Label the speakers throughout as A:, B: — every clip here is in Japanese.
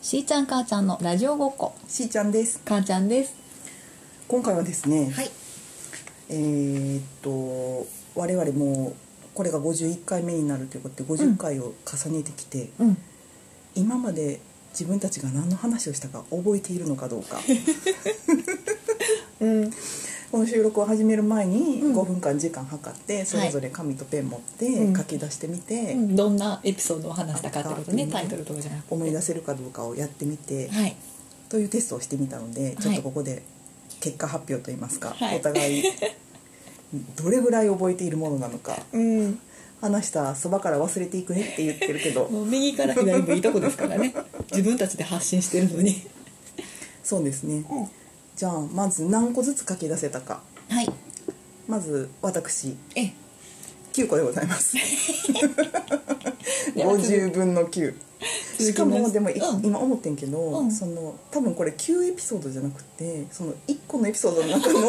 A: しーちゃん母ちゃんのラジオごっこ
B: しーちゃんです
A: 母ちゃんです
B: 今回はですね、
A: はい
B: えーっと我々もうこれが51回目になるということで50回を重ねてきて、
A: うん
B: 今まで自分たちが何の話をしたか覚えているのかど うか
A: うん
B: この収録を始める前に
A: うん
B: 5分間時間計ってそれぞれ紙とペン持っ
A: う
B: て
A: ん
B: 書き出してみて、
A: どんなエピソードを話したかってことね
B: あった
A: タイトルとかじゃなくて
B: 思い出せるかどうかをやってみて、
A: はい
B: というテストをしてみたのでちょっとここで結果発表といいますか、
A: はい
B: お互いどれぐらい覚えているものなのか
A: うん
B: 話したそばから忘れていくねって言ってるけど
A: もう右から左もいいとこですから ね自分たちで発信してるのに
B: そうですねじゃあまず何個ずつ書き出せたか
A: はい
B: まず私
A: え
B: 9個でございます
A: では続き
B: 50分の9
A: ます
B: しかもでも、い
A: うん
B: 今思ってんけど、
A: うん
B: その多分これ9エピソードじゃなくてその1個のエピソードの中の 2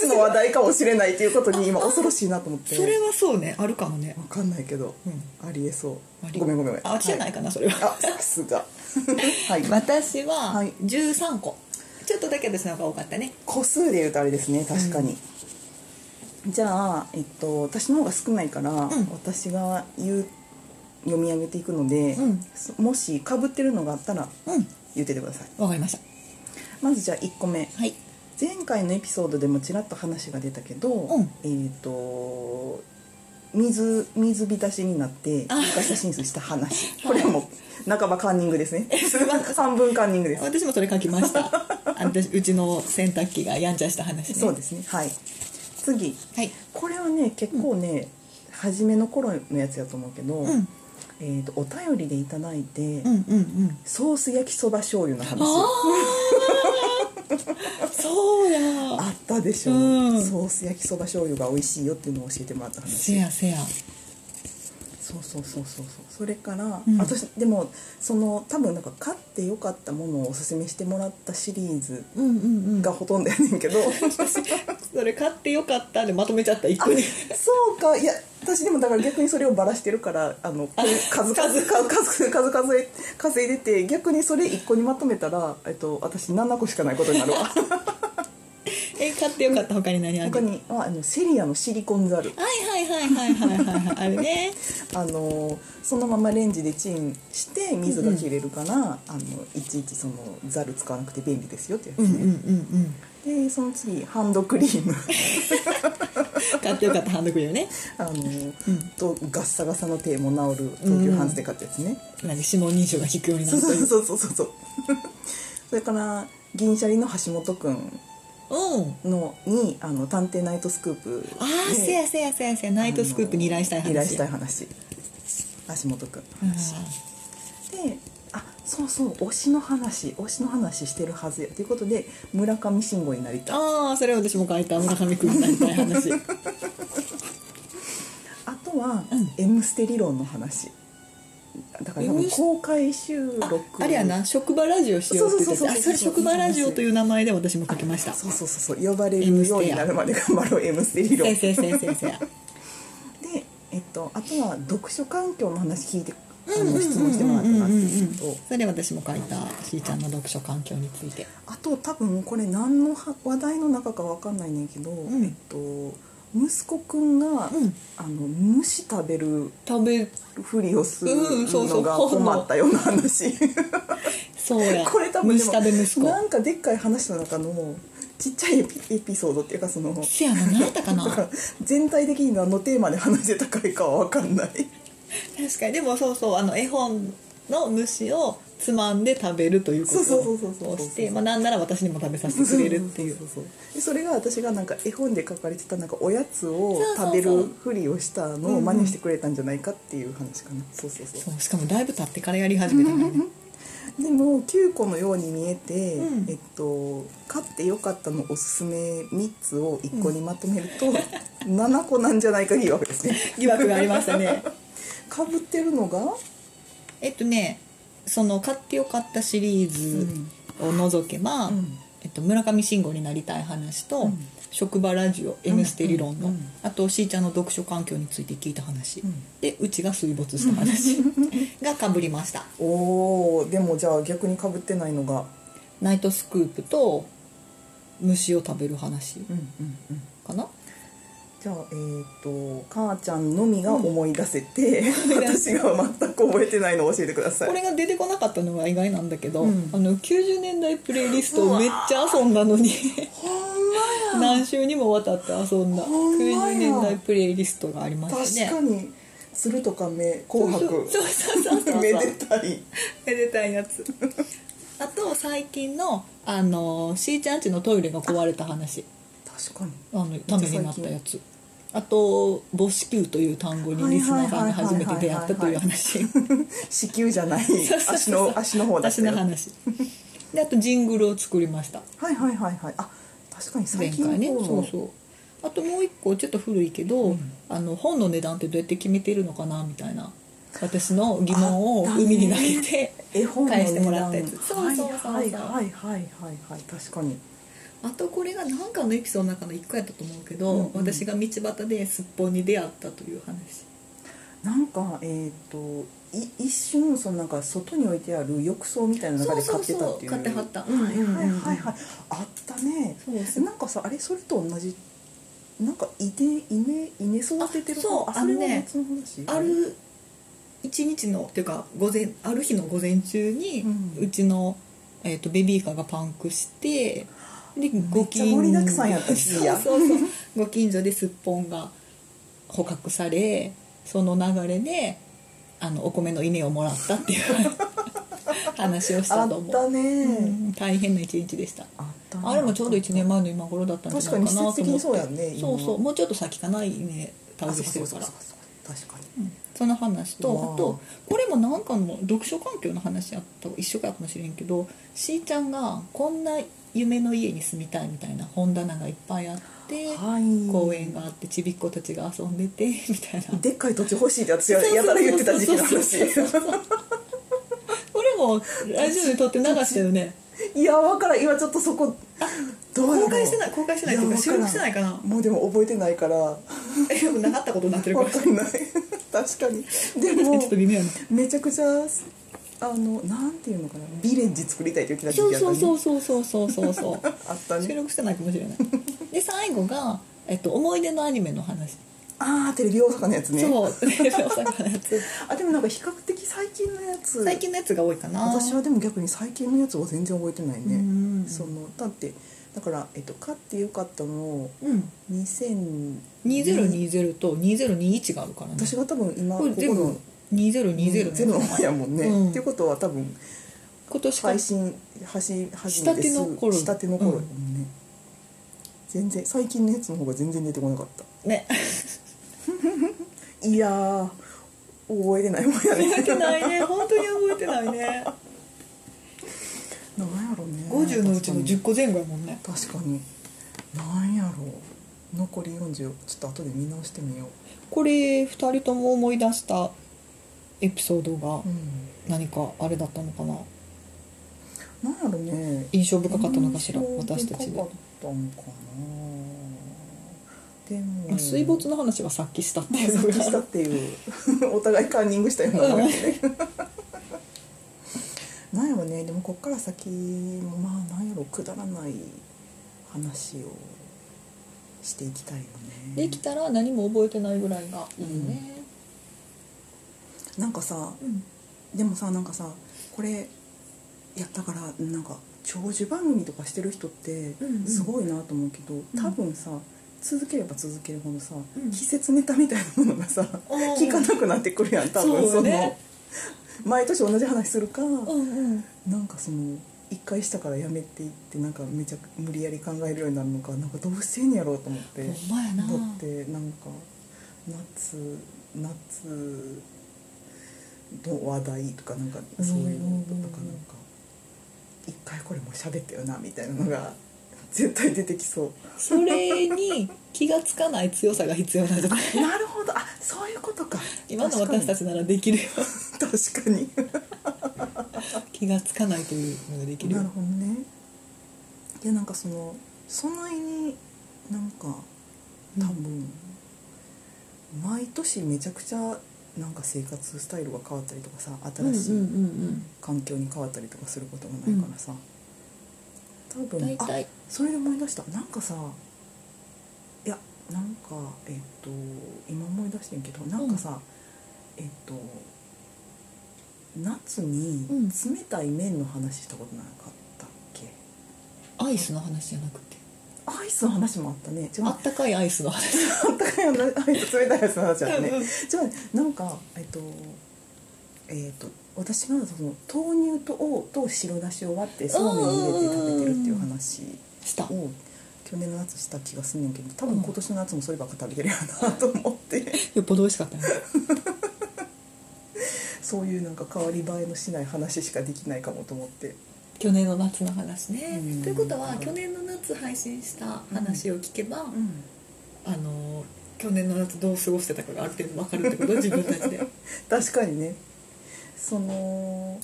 B: つの話題かもしれないという ことに今恐ろしいなと思って
A: それはそうねあるかもね
B: わかんないけど、
A: う
B: ありえそ
A: あ
B: う
A: り
B: ごめんごめんごめん
A: あ私じゃないいかなそれは
B: あさす がはい、
A: 私は
B: はい
A: 13個ちょっとだけ私の方が多かったね
B: 個数で言うとあれですね確かに、じゃあ、えっと、私の方が少ないから、
A: ん
B: 私が言う読み上げていくので、
A: うん
B: そもしかぶってるのがあったら
A: うん
B: 言っててください
A: わかりました
B: まずじゃあ1個目
A: はい
B: 前回のエピソードでもちらっと話が出たけど、
A: うん
B: えっ、と水水浸しになって
A: あ
B: 床下浸水した話
A: い
B: これはもう半ばカンニングですね半分カンニングです
A: 私もそれ書きました あの私うちの洗濯機がやんちゃした話ね
B: そうですねはい次
A: はい
B: これはね結構ね、初めの頃のやつやと思うけど、
A: うん
B: えー、とお便りでいただいて、
A: うんうんうん
B: ソース焼きそば醤油の話
A: あーそうや
B: あったでしょ、
A: うん
B: ソース焼きそば醤油が美味しいよっていうのを教えてもらった
A: せ
B: 話
A: やせや
B: そうそうそうそうそうそれから、
A: うん
B: 私でもその多分なんか買ってよかったものをおすすめしてもらったシリーズ
A: うんうんうん
B: がほとんどやね んけど、
A: それ買ってよかったでまとめちゃった一個に
B: そうかいや私でもだから逆にそれをバラしてるからあの数数数数数数え稼いでて逆にそれ1個にまとめたら、えっと、私7個しかないことになるわ
A: え買ってよかった他に 何ある
B: 他にはあのセリアのシリコンザル
A: はいはいはいはいはいはいはいあれね
B: あのそのままレンジでチンして水が切れるから、あのいちいちそのザル使わなくて便利ですよってやつ
A: うんうん
B: ね、
A: うん
B: でその次ハンドクリー ム
A: うん買ってよかったハンドクリームね
B: あの、
A: ん
B: とガッサガサの手も治る東急ハンズで買ったやつね、
A: なんか指紋認証が引くようにな
B: そ
A: る
B: う
A: という
B: そうそうそう そうそれから銀シャリの橋本くん
A: うん
B: のに「あの探偵ナイトスクープで」
A: ああせやせやせやせやナイトスクープに依頼したい話
B: 依頼したい話橋本くんの
A: うん
B: 話、であそうそう推しの話推しの話してるはずやということで村上信五になりたい
A: ああそれ私も書いた村上君になりたい話
B: あとは
A: うん
B: 「M ステ」理論の話だから多
A: M
B: 分
A: ス
B: 公開収録
A: あれやな職場ラジオしようって言って
B: そう
A: てあ
B: そう
A: そ
B: そうそ
A: れ
B: う
A: 職場ラジオという名前で私も書きました
B: そうそうそうそう呼ばれるようになるまで頑張ろう「M ステ」理論
A: 先生先生先
B: で、えっと、あとは読書環境の話聞いて、あ
A: 生
B: の質問してもらったなっていうのと、
A: それ私も書いたしーちゃんの読書環境について
B: あと多分これ何のは話題の中かわかんないねんけど、
A: ん
B: えっと息子くんが、
A: うん
B: あの虫食べる
A: 食べ
B: ふりをする
A: うんそうそう
B: のが困ったような話
A: そうや
B: これ多分で
A: 虫食べ息
B: も
A: 子
B: なんかでっかい話の中のちっちゃいエピエピソードっていうかその
A: せやな何やったかな
B: だか
A: 確
B: ら 全体的に何のテーマで話してたかいかはわかんない。
A: かにでもそうそうあの絵本の虫をつまんで食べるというこ
B: そうそうそうそう
A: と
B: そう
A: をしてまあなんなら私にも食べさせてくれるっていう
B: そうそうそうでそれが私がなんか絵本で書かれてたなんかおやつを
A: そうそうそう
B: 食べるふりをしたの
A: うんう
B: を
A: ん
B: 真似してくれたんじゃないかっていう話かな、そうそうそう
A: そうしかもだいぶ経ってからやり始めたからね
B: でも9個のように見えて、
A: うん
B: えっと買ってよかったのおすすめ3つを1個にまとめると、7個なんじゃないか疑惑ですね
A: 疑惑がありました ね
B: かぶってるのが
A: えっとねその買ってよかったシリーズを除けば、
B: うん
A: えっと、村上信五になりたい話と、
B: うん
A: 職場ラジオ「M ステ」理論の、
B: うんうん
A: あとしーちゃんの読書環境について聞いた話、
B: ん
A: でうちが水没した話がかぶりました
B: おーでもじゃあ逆にかぶってないのが
A: ナイトスクープと虫を食べる話
B: うんうんうん
A: かな
B: じゃあえー、と母ちゃんのみが思い出せて、私が全く覚えてないのを教えてください
A: これが出てこなかったのが意外なんだけど、
B: うん
A: あの90年代プレイリストをめっちゃ遊んだのに
B: ほんまや
A: 何週にもわたって遊んだ
B: ほんまや
A: 90年代プレイリストがありま
B: 確
A: してね
B: かに「鶴とか目」「紅白」
A: そうそうそうそうそう
B: めでたい
A: めでたいやつあと最近のあのしーちゃんちのトイレが壊れた話
B: 確かに
A: あのためになったやつあと母子球という単語にリスナーさんが初めて出会ったという話
B: 子宮じゃない
A: そうそう
B: 足
A: そう
B: の足の方だった
A: 足
B: よ
A: の話であとジングルを作りました
B: はいはいはいはいあ確かに最
A: 前
B: 近
A: 回ね
B: こ
A: そうそうあともう一個ちょっと古いけど、あの本の値段ってどうやって決めてるのかなみたいな私の疑問を
B: あったね
A: 海に投げて
B: 絵本の値段
A: 返してもらったやつそうそうそうそう
B: はいはいはいはいはい確かに
A: あとこれが何かのエピソードの中の1回やったと思うけど、
B: うんうん
A: 私が道端ですっぽんに出会ったという話
B: なんかえっ、とい一瞬そのなんか外に置いてある浴槽みたいな中で買ってたっていう
A: そうそうそう買ってはった
B: はいはいはい
A: うんうんう
B: はい、
A: ん
B: あったね
A: そうそう
B: なんかさあれそれと同じなんか稲稲稲育ててる
A: あそう
B: それは
A: あのね
B: 別の話
A: ある一日のっていうか午前ある日の午前中に、
B: う
A: うんちの、えー、とベビーカーがパンクしてでご近
B: 盛りだくさんやったし
A: そうそうそうご近所ですっぽんが捕獲されその流れであのお米の稲をもらったって いう話をし
B: あ
A: たと思
B: っ
A: う
B: たね、
A: うん大変な一日でした
B: あったね
A: あれもちょうど1年前の今頃だったんじゃないかなと思って
B: 確かに季節的にそうやんね
A: そうそう
B: 今
A: もうちょっと先かないね
B: あ
A: 旅
B: そう
A: して
B: そう
A: る
B: そ
A: か
B: う
A: ら
B: そう確かに
A: うんその話と
B: うわー
A: あとこれもなんかの読書環境の話やった一緒かもしれんけどしーちゃんがこんな夢の家に住みたいみたいな本棚がいっぱいあって
B: はい
A: 公園があってちびっ子たちが遊んでて みたいな
B: でっかい土地欲しいって私はやたら言ってた時期の話
A: そうそうそうそうこれもラジオで撮って流したよね
B: いやわからん今ちょっとそこどうやろう
A: 公開してない公開してないっていうか
B: や
A: 収録してないかな
B: わ らんもうでも覚えてないからわ
A: えよくなかったことになってるかもし
B: かんない確かにで
A: れない
B: も
A: ちょっと微妙やな
B: めちゃくちゃあのなんていうのかなビレッジ作りたいって言ってた時
A: そ
B: 期
A: う
B: やった
A: そ
B: ね
A: うそうそうそうそうそ うそう
B: あった
A: 収
B: ね
A: 録してないかもしれないで最後が、えっと、思い出のアニメの話、
B: ああテレビ大阪のやつね
A: そう お魚のやつ
B: あでもなんか比較的最近のやつ
A: 最近のやつが多いかな
B: 私はでも逆に最近のやつは全然覚えてないね、
A: うん
B: そのだってだから、えっと、買ってよかったのを
A: うん
B: 2000
A: 2020と2021があるからね
B: 私が多分今
A: これ全
B: ここ
A: 部
B: の
A: 2020
B: ゼ
A: ね、
B: ロの前やもんね、
A: うん
B: っていうことは多分
A: 今年か
B: 配信始め始めてす
A: したての頃
B: したての頃やもんね、全然最近のやつの方が全然出てこなかっ
A: ね
B: たいやー覚えてないもんや
A: 覚え
B: ね
A: てないね本当に覚えてないね
B: なんやろね
A: 50のうちの10個前後やもんね
B: 確かに確かになんやろ残り40ちょっと後で見直してみよ
A: これ2人とも思い出したエピソードが
B: う、うん、
A: 何かあれだったのかな
B: なんやろね
A: 印象深かったのかしら
B: 印象
A: 私たち
B: 深か
A: で
B: ったんかなでも
A: 水没の話はさっきしたっていうの
B: 復 帰した
A: が
B: っていうお互いカンニングしたようなもんやねなんやろねでもこっから先もまあなんやろくだらない話をしていきたいよ
A: で
B: ね
A: きたら何も覚えてないぐらいがいいね、
B: なんかさ
A: うん
B: でもさなんかさこれいやだからなんか長寿番組とかしてる人って
A: うんうん
B: すごいなと思うけど、
A: ん
B: 多分さ続ければ続けるほどさ、
A: うん
B: 季節ネタみたいなもの がさ
A: うん
B: 聞かなくなってくるやん多分
A: そう
B: その、
A: よね
B: 毎年同じ話するか、
A: うんうん
B: なんかその一回したからやめていってなんかめちゃく無理やり考えるようになるのかなんかどうしてんやろうと思って
A: ほんまやな
B: だってなんか夏夏の話題とかなんかそういうのとか
A: うん
B: なんか一回これもう喋ってよなみたいなのが 絶対出てきそう
A: それに気がつかない強さが必要なん だね
B: なるほどあそういうことか
A: 今の私たちならできるよ
B: 確かに確か
A: 気がつかないというのができ
B: に
A: る
B: な
A: よ
B: るほどねいやなんかその備えになんか多分、毎年めちゃくちゃなんか生活スタイルが変わったりとかさ新し
A: うんうん
B: い
A: うん
B: 環境に変わったりとかすることもないからさ、多
A: うん
B: 分
A: 大体
B: あそれで思い出したなんかさいやなんかえっと今思い出してんけどなんかさ、えっと夏に
A: うん
B: 冷たい麺の話したことなかったっけ、
A: アイスの話じゃなくて
B: アイスの話もあったね違う
A: あったかいアイスの話
B: あったかいのアイス冷たいやつの話だったね
A: うんうん
B: じゃあなんかえっとえっと私がその豆乳とおと白だしを割ってそうめんに入れて食べてるっていう話
A: した
B: を去年の夏した気がすんねんけど多分今年の夏もそればっか食べてるやろなと思って、
A: よっぽど美味しかったね
B: そういうなんか変わり映えのしない話しかできないかもと思って
A: 去年の夏の話ね
B: うん
A: ということは去年の夏配信した話を聞けば、
B: ん
A: あの去年の夏どう過ごしてたかがある程度分かるって こと自分たちで
B: 確かにねその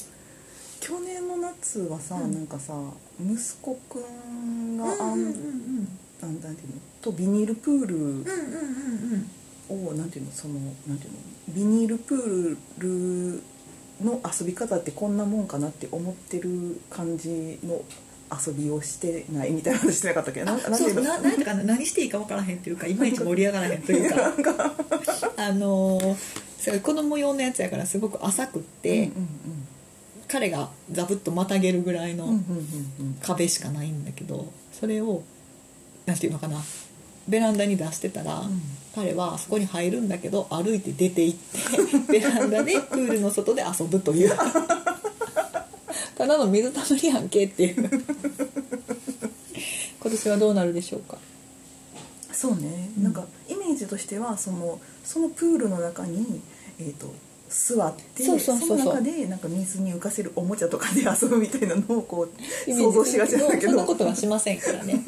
B: 去年の夏はさ、
A: うん
B: なんかさ息子くんがあん、
A: ん
B: なんなんていうのとビニールプール
A: うんうん
B: を、なんていうのそのなんていうのビニールプールの遊び方ってこんなもんかなって思ってる感じの遊びをしてないみたいな話してなかったっけど なんか
A: あ
B: なん
A: そ
B: ていううの
A: ななんとかな何していいか分からへんというかいまいち盛り上がらへんというかあのそう子供用のやつやからすごく浅くって、
B: うん
A: 彼がザブッとまたげるぐらい
B: うんう
A: の
B: んうんうん
A: 壁しかないんだけどそれをなんていうのかなベランダに出してたら、
B: ん
A: 彼はそこに入るんだけど歩いて出て行って ベランダでプールの外で遊ぶというただの水たまりやんけっていう今年はどうなるでしょうか
B: そうね、
A: うん
B: なんかイメージとしてはそのそのプールの中にえっ、と座って
A: そうそうそうそう
B: の中でなんか水に浮かせるおもちゃとかで遊ぶみたいなのをこう
A: イメー
B: 想
A: ジ
B: 像
A: す
B: し
A: る
B: がちなんだけ
A: そん
B: ど
A: なことはしませんから ね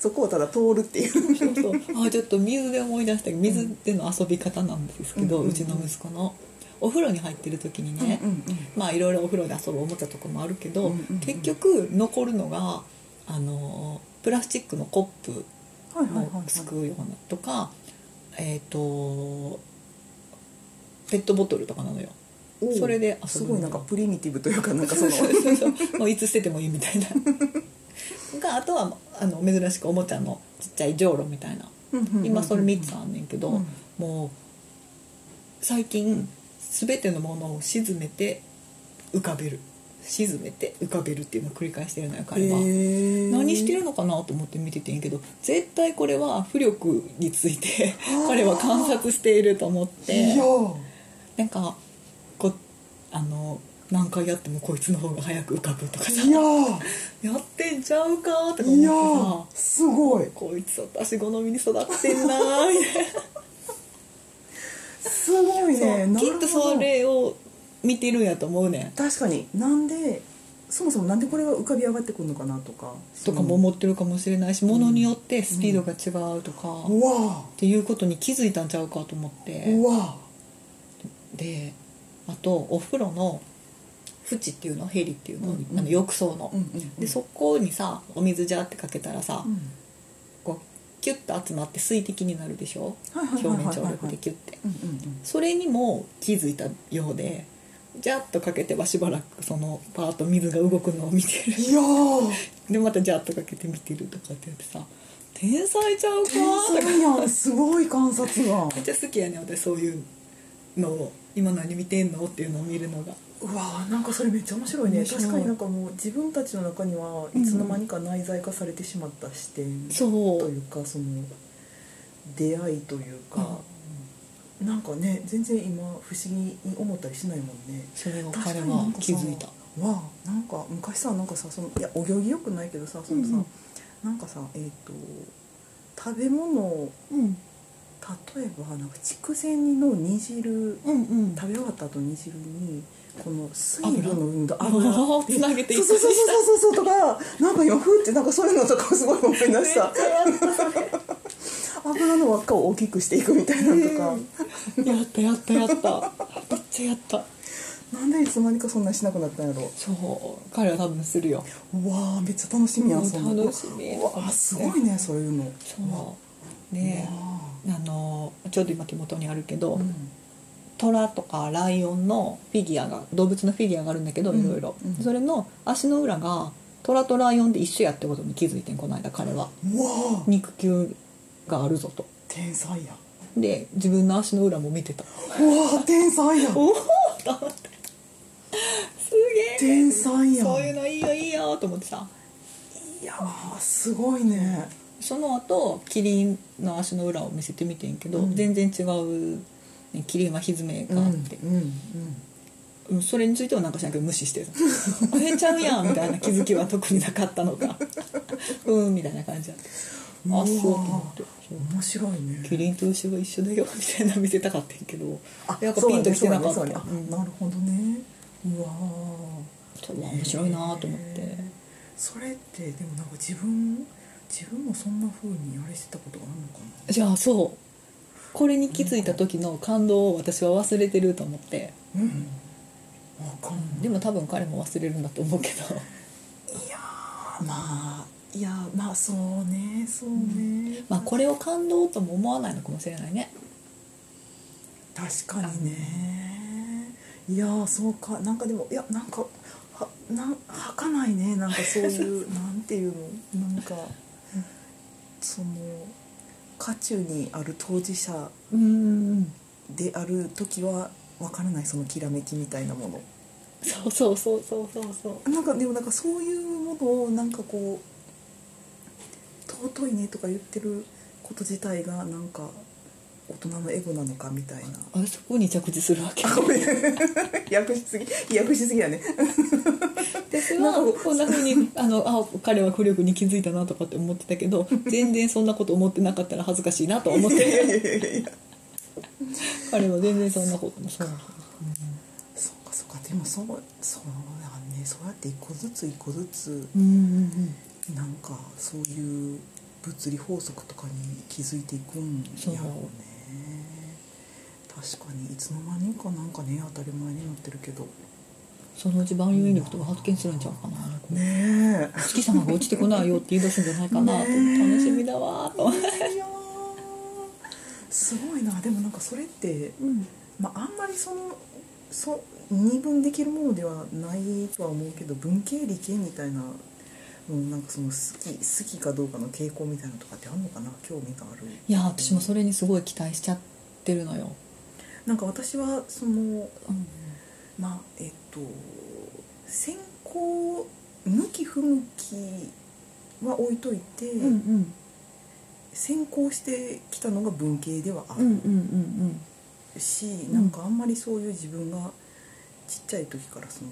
B: そこをただ通るっていう
A: そうそうあちょっと水で思い出したけど水での遊び方なんですけど、う
B: うんうんうん
A: ちの息子のお風呂に入ってる時にね、
B: うんうんうん
A: まあいろいろお風呂で遊ぶおもちゃとかもあるけど、
B: うんうんうん
A: 結局残るのがあのプラスチックのコップ
B: はいはいはいは
A: を
B: い
A: すくうようなとか、えっ、とペットボトルとかなのよ。
B: おう
A: それで遊
B: す
A: ぶ
B: ごいなんかプリミティブというかなんかそ
A: そう
B: の
A: そうそうそうもういつ捨ててもいいみたい ながあとはあの珍しくおもちゃのちっちゃいじょうろみたいな今それ3つあんねんけど、
B: うん
A: もう最近全てのものを沈めて浮かべる沈めて浮かべるっていうのを繰り返してるのよ彼は、何してるのかなと思って見ててんけど絶対これは浮力について彼は観察していると思っ
B: い
A: て
B: や
A: なんかこあの何回やってもこいつの方が早く浮かぶとかさ
B: いや
A: やってんちゃうかとか
B: いや
A: 思ってさ
B: すごい
A: こいつ私好みに育ってんなーみた いな。
B: すごいね
A: そう
B: なる
A: き
B: ほど
A: っとそれを見てるんやと思うねん
B: 確かになんでそもそもなんでこれが浮かび上がってくるのかなとか
A: とかも思ってるかもしれないしものによってスピードが違うとか、っ
B: うわ
A: ていうことに気づいたんちゃうかと思って
B: うわ
A: であとお風呂の縁っていうのヘリっていうの,、
B: うんうん
A: あの浴槽の、
B: うんうんうん
A: でそこにさお水ジャーってかけたらさ、
B: うん
A: こうキュッと集まって水滴になるでしょ
B: はいはい
A: 表
B: はいはい
A: 面張力でキュッて
B: うんうん
A: それにも気づいたようでジャーッとかけてはしばらくそのパーッと水が動くのを見てる
B: うんいや ー
A: でまたジャーッとかけて見てるとかって言ってさ天才ちゃうか
B: 天
A: とか
B: 才やんすごい観察が
A: めっちゃ好きやね私そういうのを今何見てんのっていうのを見るのが
B: うわなんかそれめっちゃ面白いね
A: 面白い
B: 確かになんかもう自分たちの中にはいつの間にか内在化されてしまった視点
A: そ
B: といううかその出会いというか、なんかね全然今不思議に思ったりしないもんね
A: それを
B: 確か
A: 彼
B: にな
A: は
B: んかさ
A: 気づいた
B: わあなんか昔さなんかさそのいやお行儀よくないけどさそのさ、
A: うんうん
B: なんかさえっ、と食べ物を
A: うん
B: 例えばなんか筑前煮の煮汁
A: うんうん
B: 食べ終わった後煮汁にこの水分の運動
A: 油
B: 油
A: をつなげてい
B: そうそうそうそうそうそうとかなんか今ふーってなんかそういうのとかすごい思い出
A: めっ
B: し
A: ちゃ
B: た
A: やった
B: 油の輪っかを大きくしていくみたいなのとか、
A: やったやったやっためっちゃやった
B: なんでいつの間にかそんなにしなくなったんやろ
A: そう彼は多分するよ
B: うわあめっちゃ楽しみやんそんなの
A: 楽しみ
B: うわーすごいねそういうの
A: そう
B: う
A: で
B: わ
A: あのちょうど今手元にあるけど、
B: ーうん
A: 虎とかライオンのフィギュアが動物のフィギュアがあるんだけど
B: うん
A: いろいろ、
B: うん
A: それの足の裏が虎とライオンで一緒やってことに気づいてんこの間彼は
B: うわー
A: 肉球があるぞと
B: 天才や
A: で自分の足の裏も見てた
B: うわー天才や
A: おおと思ってすげえ
B: 天才や
A: そういうのいいよいいよと思ってさ
B: いやーすごいね
A: その後キリンの足の裏を見せてみてんけど、
B: うん
A: 全然違う、ね、キリンはひずめ
B: うん
A: があって、
B: うんうん
A: うんそれについてはなんかしないけど無視してる「えちゃうやん」みたいな気づきは特になかったの かうんみたいな感じだった
B: うわ
A: あそうと思ってそう
B: 面白いね
A: キリンと牛は一緒だよみたいなの見せたかったんやけど
B: あ
A: やっぱ
B: そう
A: ピ
B: や
A: ン
B: ね
A: ときてなかった
B: そうやねそうやねあなるほどねうわー
A: そう面白いなと思って
B: それってでもなんか自分自分もそんな風にあれしてたことがあるのかな
A: じゃあそうこれに気づいた時の感動を私は忘れてると思って
B: うんわかんない
A: でも多分彼も忘れるんだと思うけど
B: いやーまあいやまあそうねそうね、
A: まあこれを感動とも思わないのかもしれないね
B: 確かにねいやーそうかなんかでもいやなんかはなんはかないねなんかそういうなんていうのなんかその渦中にある当事者
A: うん
B: である時はわからないそのきらめきみたいなもの
A: そうそうそうそうそうそう
B: なんかでもなんかそういうものをなんかこう尊いねとか言ってること自体がなんか大人のエゴなのかみたいな
A: あそこに着地するわけ
B: ごめん訳しすぎ訳しすぎやね
A: 私はこんなふう にあのあ彼は孤力に気づいたなとかって思ってたけ ど全然そんなこと思ってなかったら恥ずかしいなと思っ
B: いやい
A: て
B: やいやいやいや
A: 彼は全然そんなことそう
B: そうかそうかでもそうそうだねそうやって一個ずつ一個ずつ
A: うんうん
B: なんかそういう物理法則とかに気づいていくんやろうね確かにいつの間にかなんかね当たり前になってるけど
A: そのうち万有引力とか発見するんちゃうかな
B: ねえ
A: 月様が落ちてこないよって言い出すんじゃないかなと
B: ねえ
A: 楽しみだわと思って
B: いやーすごいなでもなんかそれって、まあ、あんまりそのそ二分できるものではないとは思うけど文系理系みたいな、うん、なんかその好き好きかどうかの傾向みたいなのとかってあるのかな興味がある
A: いや私もそれにすごい期待しちゃってるのよ、
B: なんか私はそのまあえっと先行向き不向きは置いといて、
A: ん
B: 先行してきたのが文系ではあ
A: うんうん
B: る
A: うん
B: し、なんかあんまりそういう自分がちっちゃい時からその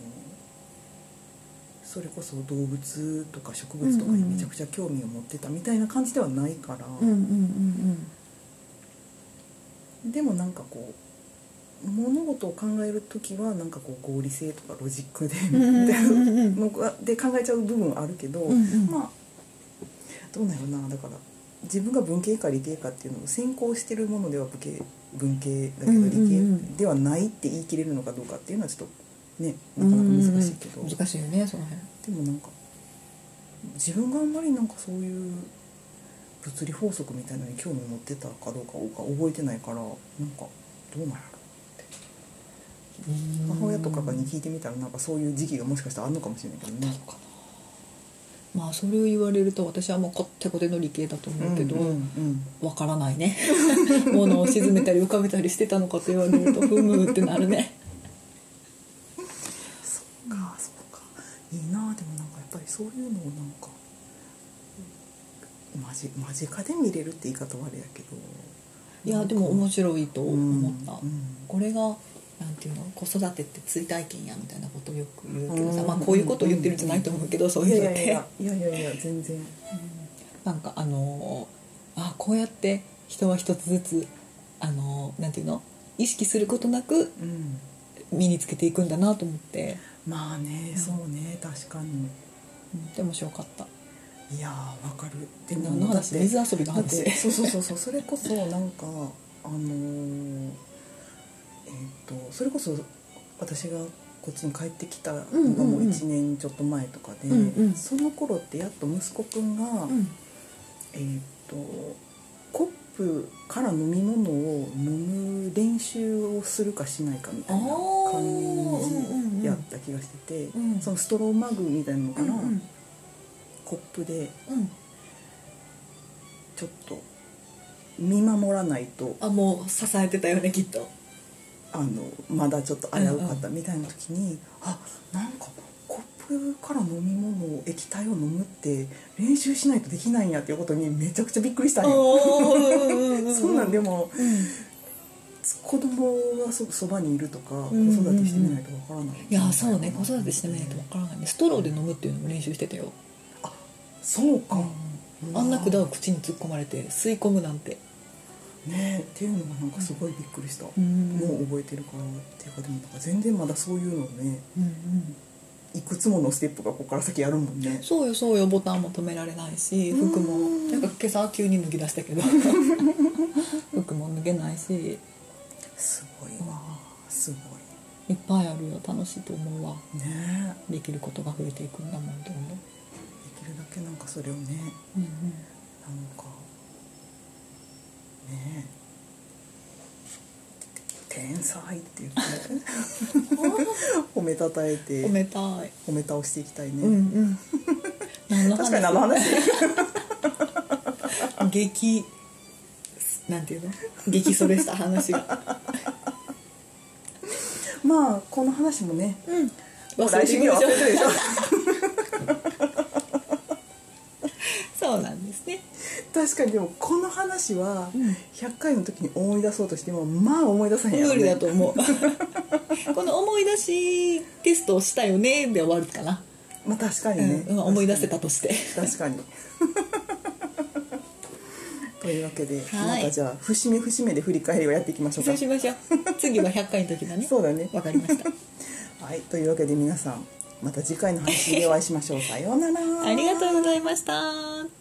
B: それこそ動物とか植物とかにめちゃくちゃ興味を持ってたみたいな感じではないから、
A: うんうんうんうん
B: でもなんかこう物事を考える時はなんかこう合理性とかロジックでみ
A: うんうん
B: たいな
A: うんうん
B: のがで考えちゃう部分はあるけど、
A: うんうん
B: まあどうなるなだから自分が文系か理系かっていうのを先行してるものでは武系文系だけど
A: うん
B: 理
A: うんうん
B: 系ではないって言い切れるのかどうかっていうのはちょっとね
A: う
B: なんか
A: う
B: なんか難しいけど、
A: 難しいよねその辺
B: でもなんか自分があんまりなんかそういう物理法則みたいなのに興味持ってたかどうかが覚えてないからなんかどうなんやろ母親とかに聞いてみたらなんかそういう時期がもしかしたらあるのかもしれないけどね。
A: まあそれを言われると私はもうこってこての理系だと思うけど、
B: うんうん
A: わからないね物を沈めたり浮かべたりしてたのかと言われるとふむってなるね
B: そっかそっかいいなでもなんかやっぱりそういうのをなんか間近間近で見れるって言い方はあれやけど
A: いやでも面白いと思った、
B: うんうん
A: これがなんていうの子育てって追体験やみたいなことをよく言うけどさ、
B: うん
A: まあ、こういうことを言ってるんじゃないと思うけど、そう
B: い
A: い
B: や
A: う
B: い
A: のっ
B: や
A: て
B: いやいやいやいや全然
A: なんかあのーあこうやって人は一つずつあのーなんていうの意識することなく
B: うん
A: 身につけていくんだなと思って、
B: まあねそうね確かに
A: うん、でも面白かった
B: いやーわかるで
A: 何の話水遊びの
B: だって
A: 話
B: そうそうそうそうそれこそなんかあのーえっ、とそれこそ私がこっちに帰ってきたのがもう1年ちょっと前とかで、
A: うんうん
B: その頃ってやっと息子くんが、
A: うん
B: えーっとコップから飲み物を飲む練習をするかしないかみたいな
A: あーうんうんう
B: 感
A: ん
B: じやった気がしてて、
A: うん
B: そのストローマグみたいなのか
A: うん
B: ら、
A: うん
B: コップで
A: うん
B: ちょっと見守らないと
A: あもう支えてたよねきっと
B: あのまだちょっと危うかったみたいな時に、あなんかコップから飲み物を液体を飲むって練習しないとできないんやっていうことにめちゃくちゃびっくりしたんや。そ
A: そ
B: んなんで
A: も
B: も子供がそそばにいるとか子
A: んうん
B: 育てしてみないとわからない、
A: いやそうね子育てしてみないとわからないねストローで飲むっていうのも練習してたよ
B: そうか、うわ
A: あんな管を口に突っ込まれて吸い込むなんて
B: ねえっていうのがなんかすごいびっくりした、
A: ん
B: もう覚えてるからっていうかでもなんか全然まだそういうのね
A: うんうん
B: いくつものステップがここから先やるもんね
A: そうよそうよボタンも止められないし
B: うん
A: 服もなんか今朝急に脱ぎ出した けど服も脱げないし
B: すごいわす
A: い
B: ご
A: っぱいあるよ楽しいと思うわ
B: いねえ
A: できることが増えていくんだもんどんどん、
B: できるだけなんかそれをね
A: うん
B: なんかねえ天才って言って褒めたたえて
A: 褒めたい
B: 褒め倒していきたいね、
A: うんうん何の
B: 確かに何の話
A: 激なんていうの激それした 話が
B: まあこの話もね
A: うん
B: 来週には忘れて るでしょ
A: そうなんですね
B: 確かにでもこの話は
A: うん
B: 100回の時に思い出そうとしてもまあ思い出さへんやろ、
A: 無
B: ね、
A: 理だと思う この思い出しテストをしたよねで終わるかな、
B: まあ確かに
A: う
B: ね
A: ん、、うん思い出せたとして
B: 確かにというわけで、
A: はい
B: またじゃあ節目節目で振り返りをやっていきましょうか
A: そうしましょう 次は100回の時だね
B: そうだね
A: わかりました
B: はい、というわけ で皆さんまた次回の配信でお会いしましょう。さようなら。
A: ありがとうございました